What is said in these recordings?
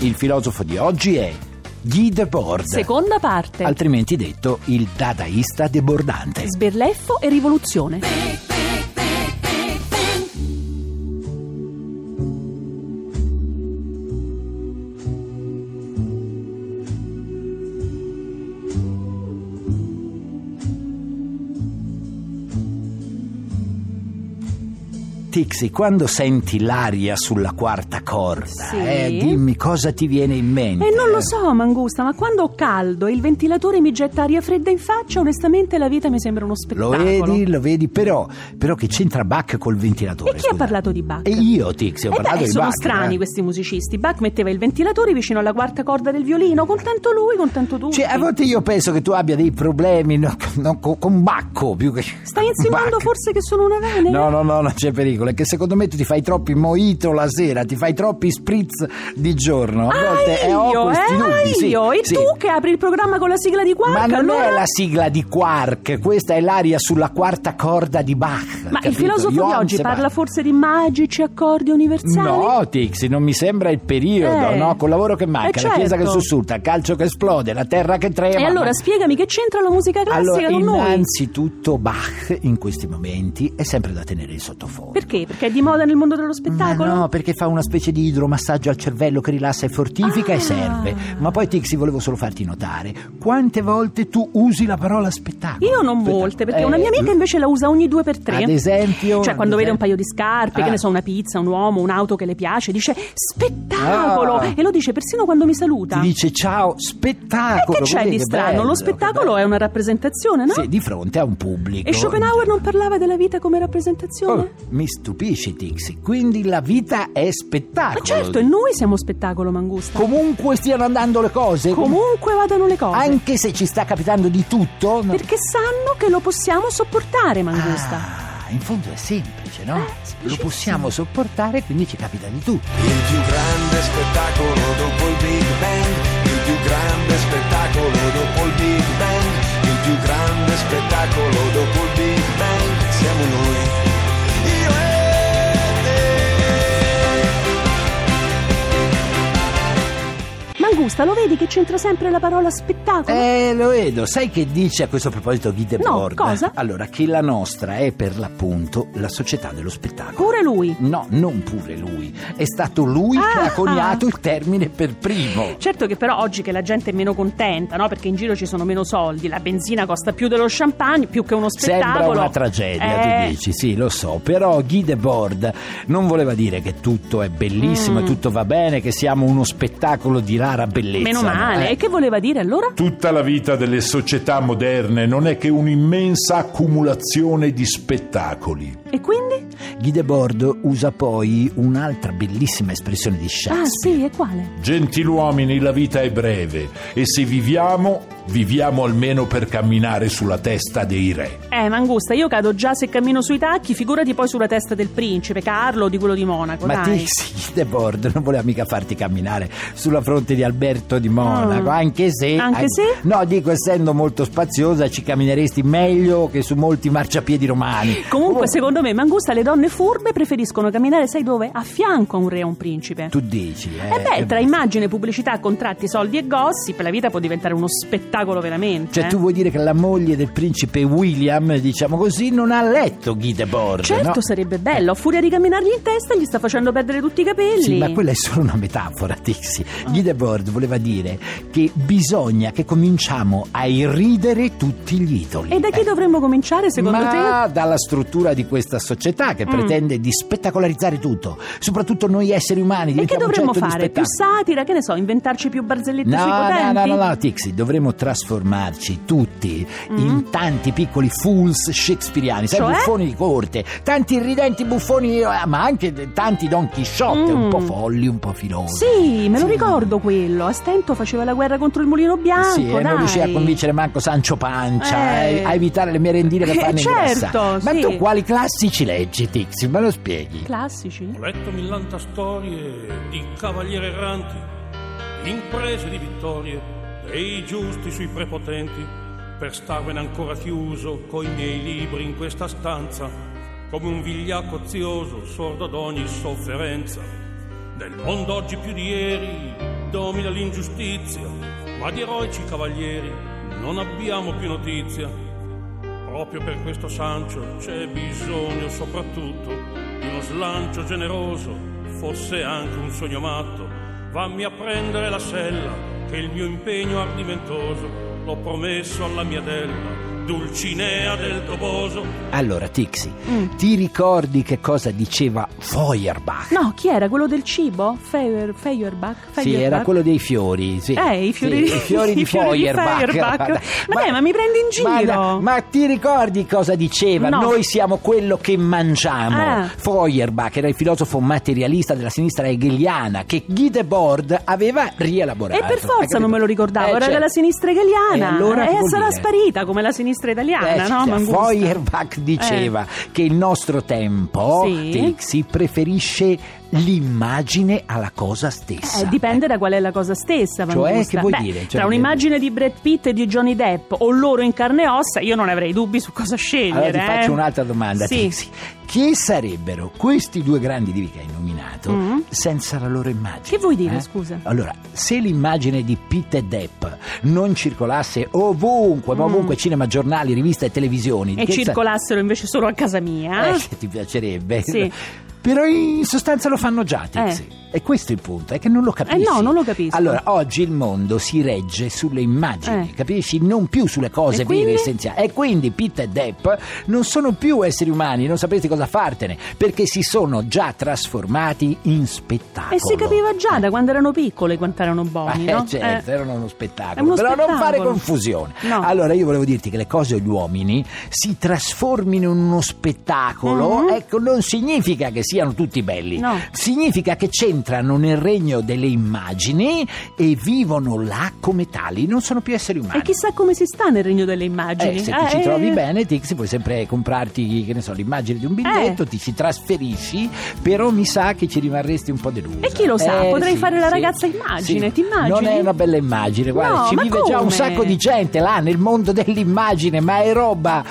Il filosofo di oggi è Guy Debord, Seconda parte. altrimenti detto il dadaista debordante. Sberleffo e rivoluzione. Tixi, quando senti l'aria sulla quarta corda, Sì. eh, dimmi cosa ti viene in mente. eh? E non lo so, Mangusta, ma quando ho caldo e il ventilatore mi getta aria fredda in faccia, onestamente la vita mi sembra uno Lo spettacolo. vedi, lo vedi, però, però che c'entra Bach col ventilatore? E chi ha scusa? parlato di Bach? E io, Tixi, ho Eh parlato beh, di sono Bach. strani eh. questi musicisti. Bach metteva il ventilatore vicino alla quarta corda del violino, contento lui, contento tutti. Cioè, a volte io penso che tu abbia dei problemi no, no, co- con Bacco più che. Stai insinuando Bacco. forse che sono una vene? No, no, no, non c'è pericolo. È che secondo me tu ti fai troppi mojito la sera, ti fai troppi spritz di giorno. A Ah, volte eh, ho io, questi eh, dubbi. ah, sì, io. E sì. tu che apri il programma con la sigla di Quark, Ma non allora? è la sigla di Quark, questa è l'aria sulla quarta corda di Bach. Ma il capito? filosofo di Johann oggi Sebastian. parla forse di magici accordi universali? No, Tixi, non mi sembra il periodo, Eh. no? Col lavoro che manca, Eh, la chiesa che certo. sussulta, il calcio che esplode, la terra che trema. E allora spiegami che c'entra la musica classica eh, Allora, con noi? innanzitutto Bach in questi momenti è sempre da tenere in sottofondo. Perché? Perché è di moda nel mondo dello spettacolo? Ma Eh no, perché fa una specie di idromassaggio al cervello che rilassa e fortifica Ah. e serve. Ma poi Tixi volevo solo farti notare quante volte tu usi la parola spettacolo. Io non Spettacolo. molte, perché Eh, una mia amica invece la usa ogni due per tre. Ad esempio, eh. Cioè, ad quando vede un paio esempio. di scarpe, che Ah. ne so, una pizza, un uomo, un'auto che le piace, dice spettacolo! Ah. E lo dice persino quando mi saluta. Ti dice ciao, e spettacolo. che c'è vedi di che strano? bello, Lo che spettacolo bello. è una rappresentazione, no? Sì, di fronte a un pubblico. E Schopenhauer non parlava della vita come rappresentazione? Oh, mi stupisci, Tixi. Quindi la vita è spettacolo. Ma certo, e noi siamo spettacolo, Mangusta. Comunque stiano andando le cose. Comunque vadano le cose. Anche se ci sta capitando di tutto. no- Perché sanno che lo possiamo sopportare, Mangusta. Ah, in fondo è semplice, no? Eh, Lo semplicissimo. possiamo sopportare, quindi ci capita di tutto. Il più grande spettacolo dopo il Big Bang, il più grande spettacolo dopo il Big Bang, il più grande spettacolo dopo il Big Bang, siamo noi. Io e Mangusta, lo vedi che c'entra sempre la parola spettacolo? Eh, lo vedo. Sai che dice a questo proposito Guy No, Debord? cosa? Allora, che la nostra è per l'appunto la società dello spettacolo. Pure lui. No, non pure lui. È stato lui che Ah. ha coniato il termine per primo. Certo che però oggi che la gente è meno contenta, no? Perché in giro ci sono meno soldi, la benzina costa più dello champagne, più che uno spettacolo. Sembra una tragedia, Eh, tu dici, sì, lo so, però Guy Debord non voleva dire che tutto è bellissimo Mm. e tutto va bene, che siamo uno spettacolo di rara bellezza. Meno no? male. Eh, E che voleva dire allora? Tutta la vita delle società moderne non è che un'immensa accumulazione di spettacoli. E quindi? Guy Debord usa poi un'altra bellissima espressione di Ah Shakespeare. sì, e quale? Gentiluomini, la vita è breve e se viviamo, viviamo almeno per camminare sulla testa dei re. Eh, Mangusta, io cado già se cammino sui tacchi, figurati poi sulla testa del principe Carlo o di quello di Monaco, Ma dai. Tixi Guy Debord non voleva mica farti camminare sulla fronte di Alberto di Monaco, Mm. anche se... Anche an- se? No, dico, essendo molto spaziosa ci cammineresti meglio che su molti marciapiedi romani. Comunque, Oh, secondo me, Mangusta, le donne furbe preferiscono camminare, sai dove? A fianco a un re o un principe. Tu dici, eh? Eh beh, tra eh, immagine, pubblicità, contratti, soldi e gossip, la vita può diventare uno spettacolo veramente. Cioè, eh. tu vuoi dire che la moglie del principe William, diciamo così, non ha letto Guy Debord? Certo, no? sarebbe bello. A furia di camminargli in testa, gli sta facendo perdere tutti i capelli. Sì, ma quella è solo una metafora, Tixi. Guy Debord voleva dire che bisogna che cominciamo a irridere tutti gli idoli. E da chi Eh, dovremmo cominciare, secondo ma te? Mm. dalla struttura di questa società che pretende di spettacolarizzare tutto, soprattutto noi esseri umani E che diventiamo dovremmo oggetto di fare? Più spettacolo. satira, che ne so, inventarci più barzellette sui certo No, no, potenti? no, no, no, Tixi, dovremmo trasformarci tutti in tanti piccoli fools shakespeariani, sai, Mm. Cioè? buffoni di corte, tanti ridenti buffoni, eh, ma anche tanti Don Chisciotte, Mm. un po' folli, un po' filosi. Sì, me lo Sì. ricordo quello. A stento faceva la guerra contro il mulino bianco. Sì, e dai. non riuscì a convincere manco Sancio Pancia Eh. eh, a evitare le merendine che Eh, fanno certo, ingrassare. Ma sì. tu quali classici leggi, Tixi? Me lo spieghi? Classici? Ho letto millanta storie di cavalieri erranti, di imprese di vittorie, dei giusti sui prepotenti, per starvene ancora chiuso coi miei libri in questa stanza, come un vigliacco ozioso, sordo ad ogni sofferenza. Nel mondo oggi più di ieri domina l'ingiustizia, ma di eroici cavalieri non abbiamo più notizia. Proprio per questo Sancio c'è bisogno soprattutto di uno slancio generoso, forse anche un sogno matto. Vammi a prendere la sella, che il mio impegno ardimentoso l'ho promesso alla mia della, Dulcinea del Toboso. Allora, Tixi, Mm. ti ricordi che cosa diceva Feuerbach? No, chi era? Quello del cibo? Feuer, Feuerbach? Sì, Feuerbach? era quello dei fiori. Sì. Eh, i fiori Sì, di- i fiori i di fiori di Feuerbach. Feuerbach. Ma dai, ma mi prendi in Ma, giro? no, ma ti ricordi cosa diceva? No. Noi siamo quello che mangiamo. Ah. Feuerbach era il filosofo materialista della sinistra hegeliana che Gidebord aveva rielaborato. E per Ah, certo, Hai forza capito? non me lo ricordavo, Eh, era certo. della sinistra italiana. E allora che vuol sarà dire? sparita come la sinistra italiana, Eh, no? sì, Mangusta? Eh. Feuerbach diceva che il nostro tempo Sì. Tixi, preferisce l'immagine alla cosa stessa. Eh, dipende da qual è la cosa stessa. Van Cioè, Gusta. che vuoi Beh, dire? Cioè, tra un'immagine di Brad Pitt e di Johnny Depp o loro in carne e ossa, io non avrei dubbi su cosa scegliere. Allora ti eh. faccio un'altra domanda, Sì. Tixi. Chi sarebbero questi due grandi divi che hai nominato Mm. senza la loro immagine? Che vuoi dire, eh? scusa? Allora, se l'immagine di Pitt e Depp non circolasse ovunque, ma ovunque, cinema, giornali, riviste e televisioni... Mm. E che sa- circolassero invece solo a casa mia. Eh, che ti piacerebbe. Sì. Eh. Però in sostanza lo fanno già, Tixi. E questo è il punto, è che non lo capisci. no, non lo capisco. Allora, oggi il mondo si regge sulle immagini, Eh. capisci? Non più sulle cose E vive e quindi? essenziali. E quindi Pitt e Depp non sono più esseri umani, non sapresti cosa fartene, perché si sono già trasformati in spettacolo. E si capiva già da quando erano piccole quanto erano Eh, buoni, no? certo, Eh. erano uno È spettacolo. uno però non fare spettacolo. confusione. No. Allora, io volevo dirti che le cose o gli uomini si trasformino in uno spettacolo. Mhm. Ecco, non significa che siano tutti belli, No. significa che c'entrano nel regno delle immagini e vivono là come tali, non sono più esseri umani. E chissà come si sta nel regno delle Eh, immagini. se ti ci Eh, trovi eh, bene, Tixi, puoi sempre comprarti, che ne so, l'immagine di un biglietto, Eh. ti ci trasferisci, però mi sa che ci rimarresti un po' Eh, deluso. E chi lo sa? Potrei fare la ragazza immagine, ti immagini? Non è una bella immagine, guarda, No, ci ma vive già come? un sacco di gente là nel mondo dell'immagine, ma è roba...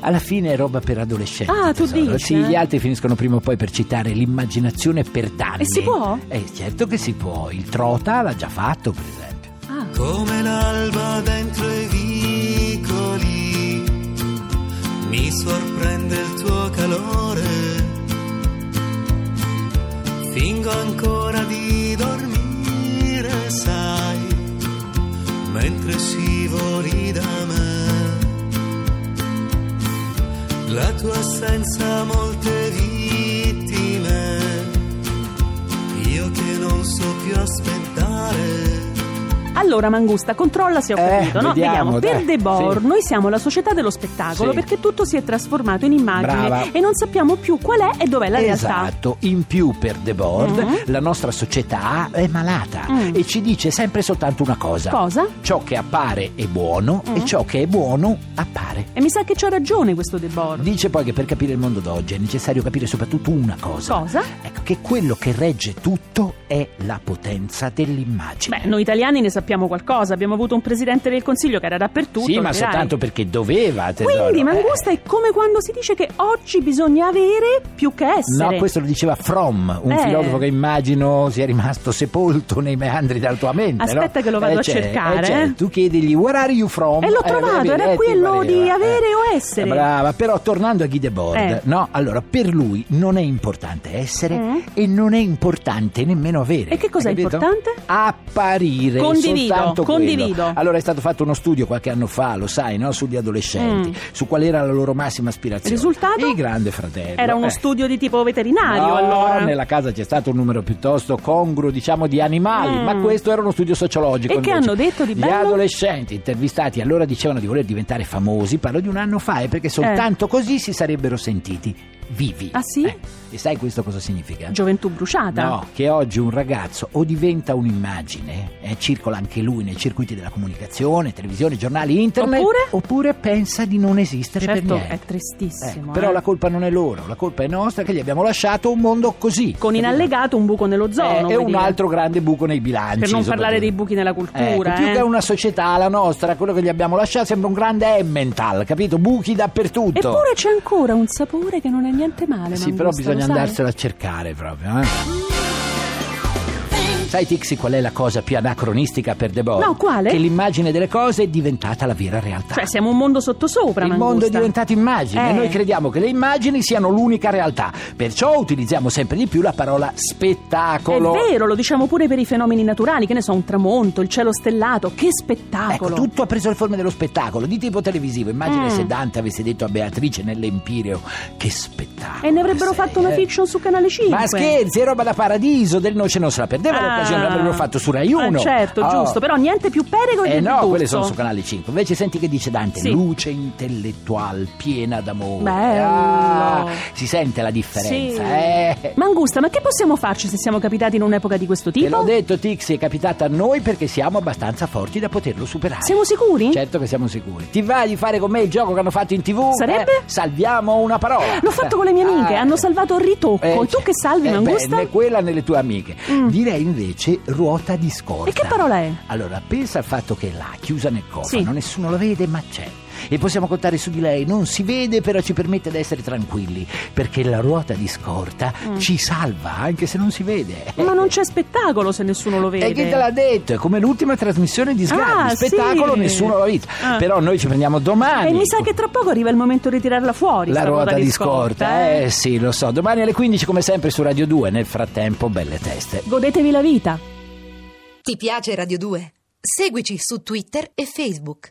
Alla fine è roba per adolescenti. Ah, tu tesoro. dici, Sì, eh? gli altri finiscono prima o poi per citare l'immaginazione per danni. E si può? Eh, certo che si può. Il Trota l'ha già fatto, per esempio. Ah, come l'alba dentro i vicoli. Mi sorprende il tuo calore. Fingo ancora di dormire, sai, mentre scivoli da me. La tua assenza ha molte vittime, io che non so più aspettare. Allora, Mangusta, controlla se ho Eh, capito. no, vediamo, vediamo. Per dai. Debord, Sì. noi siamo la società dello spettacolo Sì. perché tutto si è trasformato in immagine Brava. e non sappiamo più qual è e dov'è la realtà. Esatto, in più per The Board Mm. la nostra società è malata Mm. e ci dice sempre soltanto una cosa. Cosa? Ciò che appare è buono Mm. e ciò che è buono appare. E mi sa che c'ha ragione questo Debord. Dice poi che per capire il mondo d'oggi è necessario capire soprattutto una cosa. Cosa? Ecco, che quello che regge tutto è la potenza dell'immagine. Beh, noi italiani ne sappiamo qualcosa. Abbiamo avuto un presidente del consiglio che era dappertutto. sì, ma dirai. soltanto perché doveva, tesoro. Quindi, Eh. Mangusta, è come quando si dice che oggi bisogna avere più che essere. No, questo lo diceva Fromm, un Eh. filosofo che immagino sia rimasto sepolto nei meandri della tua mente. no? Aspetta che lo vado a certo, cercare, certo. eh. Tu chiedigli where are you from? E l'ho Eh, trovato, vedi, era eh, ti quello pareva, di eh. avere o essere. Brava, però tornando a Guy Debord, Eh. no, allora per lui non è importante essere, Mm. no? E non è importante nemmeno avere. E che cos'è Hai capito? importante? Apparire. Condivido, soltanto quello. condivido. Allora è stato fatto uno studio qualche anno fa, lo sai, no? sugli adolescenti, Mm. su qual era la loro massima aspirazione. Risultato? Il grande fratello. Era uno Eh. studio di tipo veterinario No, allora. nella casa c'è stato un numero piuttosto congruo, diciamo, di animali, Mm. ma questo era uno studio sociologico. E che invece. hanno detto di Gli bello? adolescenti intervistati allora dicevano di voler diventare famosi, parlo di un anno fa, e perché soltanto così si sarebbero sentiti vivi. Eh. Ah, sì? Eh, e sai questo cosa significa? Gioventù bruciata. No, che oggi un ragazzo o diventa un'immagine, eh, circola anche lui nei circuiti della comunicazione, televisione, giornali, internet, Oppure? pensa di non esistere certo, per niente. è tristissimo. Eh, però eh. la colpa non è loro, la colpa è nostra che gli abbiamo lasciato un mondo così. Con in capito? allegato un buco Eh, nell'ozono. e vuoi un dire. altro grande buco nei bilanci. Per non soprattutto. parlare dei buchi nella cultura. Ecco, più eh. che una società, la nostra, quello che gli abbiamo lasciato, sembra un grande Emmental, capito? Buchi dappertutto. Eh Eppure c'è ancora un sapore che non è niente male. Sì, Mangusta, però lo bisogna sai? andarsela a cercare proprio. eh. Sai, Tixi, qual è la cosa più anacronistica per De Boer? No, quale? Che l'immagine delle cose è diventata la vera realtà. Cioè, siamo un mondo sottosopra. Il mondo è Mangusta. diventato immagine Eh. e noi crediamo che le immagini siano l'unica realtà. Perciò utilizziamo sempre di più la parola È spettacolo. vero, lo diciamo pure per i fenomeni naturali, che ne so, un tramonto, il cielo stellato, che Ecco, spettacolo! tutto ha preso le forme dello spettacolo, di tipo televisivo. Immagina Mm. se Dante avesse detto a Beatrice nell'Empireo: Che spettacolo! E ne avrebbero che fatto sei, una eh." fiction su Canale 5. Ma scherzi, è roba da paradiso, del noce non se la perdeva Ah. l'occasione, l'avrebbero fatto su Rai 1. Eh, certo, Oh. giusto, però niente più perego Eh del no, Durso. quelle sono su Canale 5. Invece senti che dice Dante, Sì. luce intellettuale, piena d'amore. Bello. Ah, si sente la differenza, Sì. eh. Mangusta, ma che possiamo farci se siamo capitati in un'epoca di questo Te l'ho tipo? detto, Tixi, è capitata a noi perché siamo abbastanza forti da poterlo superare. Siamo sicuri? Certo che siamo sicuri. Ti va di fare con me il gioco che hanno fatto in tv? Sarebbe? Eh, salviamo una parola. L'ho fatto con le mie amiche, Ah. hanno salvato il ritocco. Eh, e tu che salvi, eh, Mangusta? Mm. beh, né quella né le tue amiche. Direi invece ruota di scorta. E che parola è? Allora, pensa al fatto che è là, chiusa nel cofano, Sì. nessuno la vede, ma c'è. E possiamo contare su di lei, non si vede, però ci permette di essere tranquilli, perché la ruota di scorta ci salva, anche se non si vede. Mm. Ma non c'è spettacolo se nessuno lo vede. E chi te l'ha detto? È come l'ultima trasmissione di Sgarbi, Ah, spettacolo, sì. nessuno l'ha visto. Ah. Però noi ci prendiamo domani. E mi sa che tra poco arriva il momento di ritirarla fuori. La sta ruota di scorta, eh. eh sì, lo so. Domani alle 15 come sempre su Radio 2. Nel frattempo, belle teste. Godetevi la vita. Ti piace Radio 2? Seguici su Twitter e Facebook.